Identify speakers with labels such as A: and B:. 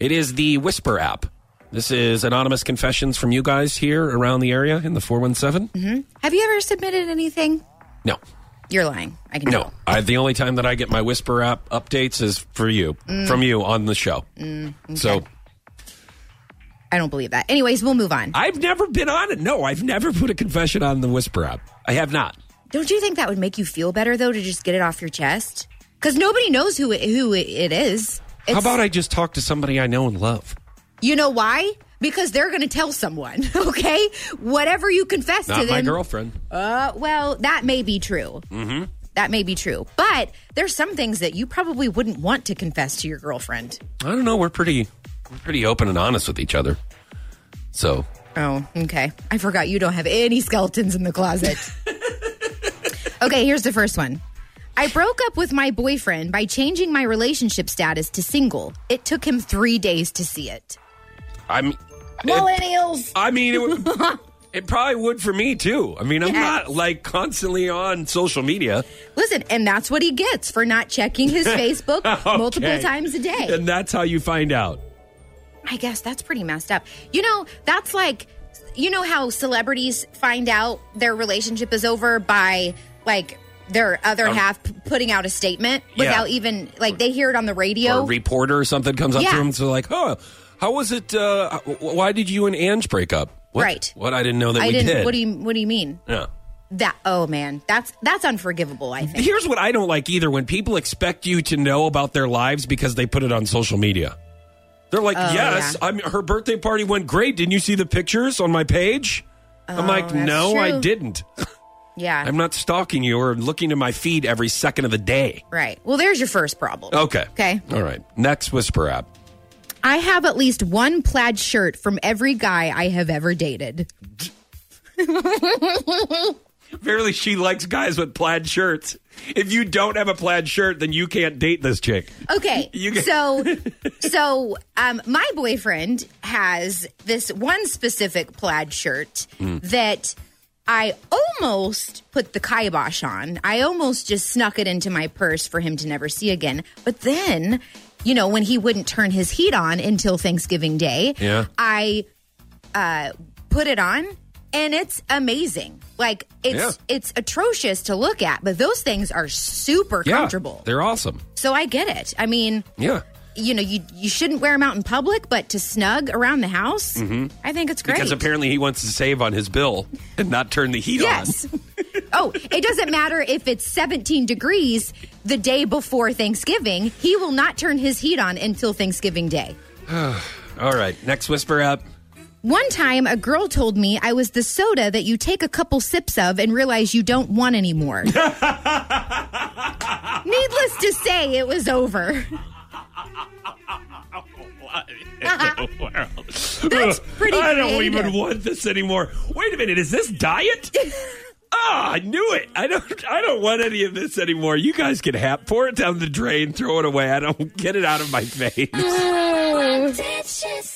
A: It is the Whisper app. This is anonymous confessions from you guys here around the area in the 417.
B: Mm-hmm. Have you ever submitted anything?
A: No.
B: You're lying. I can
A: No.
B: tell.
A: I, the only time that I get my Whisper app updates is for you,
B: Mm.
A: from you on the show. So
B: I don't believe that. Anyways, we'll move on.
A: I've never been on it. No, I've never put a confession on the Whisper app. I have not.
B: Don't you think that would make you feel better though to just get it off your chest? Because nobody knows who it, who it- it is. It's,
A: How about I just talk to somebody I know and love?
B: you know why? Because they're going to tell someone. Okay, whatever you confess to
A: Not my
B: them.
A: girlfriend.
B: Uh, well, that may be true. Mm-hmm. That may be true, but there's some things that you probably wouldn't want to confess to your girlfriend.
A: I don't know. We're pretty, we're pretty open and honest with each other. So
B: Oh, okay. I forgot you don't have any skeletons in the closet. okay, here's the first one. I broke up with my boyfriend by changing my relationship status to single. It took him three days to see it.
A: I'm. it-
B: Millennials.
A: I mean, it, would, it probably would for me too. I mean, I'm
B: Yes.
A: not like constantly on social media,
B: Listen, and that's what he gets for not checking his Facebook multiple
A: Okay.
B: times a day.
A: and that's how you find out.
B: I guess that's pretty messed up. You know, that's like, you know how celebrities find out their relationship is over by like their other half p- putting out a statement
A: Um, Yeah.
B: without even like they hear it on the
A: Or
B: radio.
A: a reporter or something comes up to
B: Yeah.
A: him, so like, oh, how was it? Uh, wh- why did you and Ange break up? What,
B: Right.
A: What I didn't know that
B: I
A: we
B: didn't.
A: did.
B: What do you What do you mean?
A: yeah.
B: That oh man, that's that's unforgivable. I think.
A: Here's what I don't like either when people expect you to know about their lives because they put it on social media. They're like, yes,
B: Oh, yeah.
A: I'm, her birthday party went great. Didn't you see the pictures on my page? I'm like,
B: Oh, that's
A: no, I
B: true.
A: didn't.
B: Yeah.
A: I'm not stalking you or looking to my feed every second of the day.
B: right. Well, there's your first problem.
A: Okay.
B: Okay.
A: All right. Next Whisper app.
B: I have at least one plaid shirt from every guy I have ever dated.
A: Apparently, she likes guys with plaid shirts. If you don't have a plaid shirt, then you can't date this chick.
B: Okay.
A: You get-
B: so so um my boyfriend has this one specific plaid shirt
A: Hmm.
B: that I almost put the kibosh on. I almost just snuck it into my purse for him to never see again. But then, you know, when he wouldn't turn his heat on until Thanksgiving Day,
A: Yeah.
B: I uh put it on and it's amazing. Like it's
A: Yeah.
B: it's atrocious to look at, but those things are super comfortable.
A: They're awesome.
B: So I get it. I mean,
A: Yeah.
B: you know, you you shouldn't wear them out in public, but to snug around the house, I think it's great.
A: Mm-hmm. Because apparently he wants to save on his bill and not turn the heat on.
B: yes. oh, it doesn't matter if it's 17 degrees the day before Thanksgiving. He will not turn his heat on until Thanksgiving Day.
A: All right, next whisper app.
B: One time, a girl told me I was the soda that you take a couple sips of and realize you don't want anymore. Needless to say, it was over.
A: That's
B: pretty
A: I don't
B: creative.
A: even want this anymore. Wait a minute, is this diet? Ah, I knew it. I don't. I don't want any of this anymore. You guys can hap pour it down the drain, throw it away. I don't get it out of my face.
C: Ditches.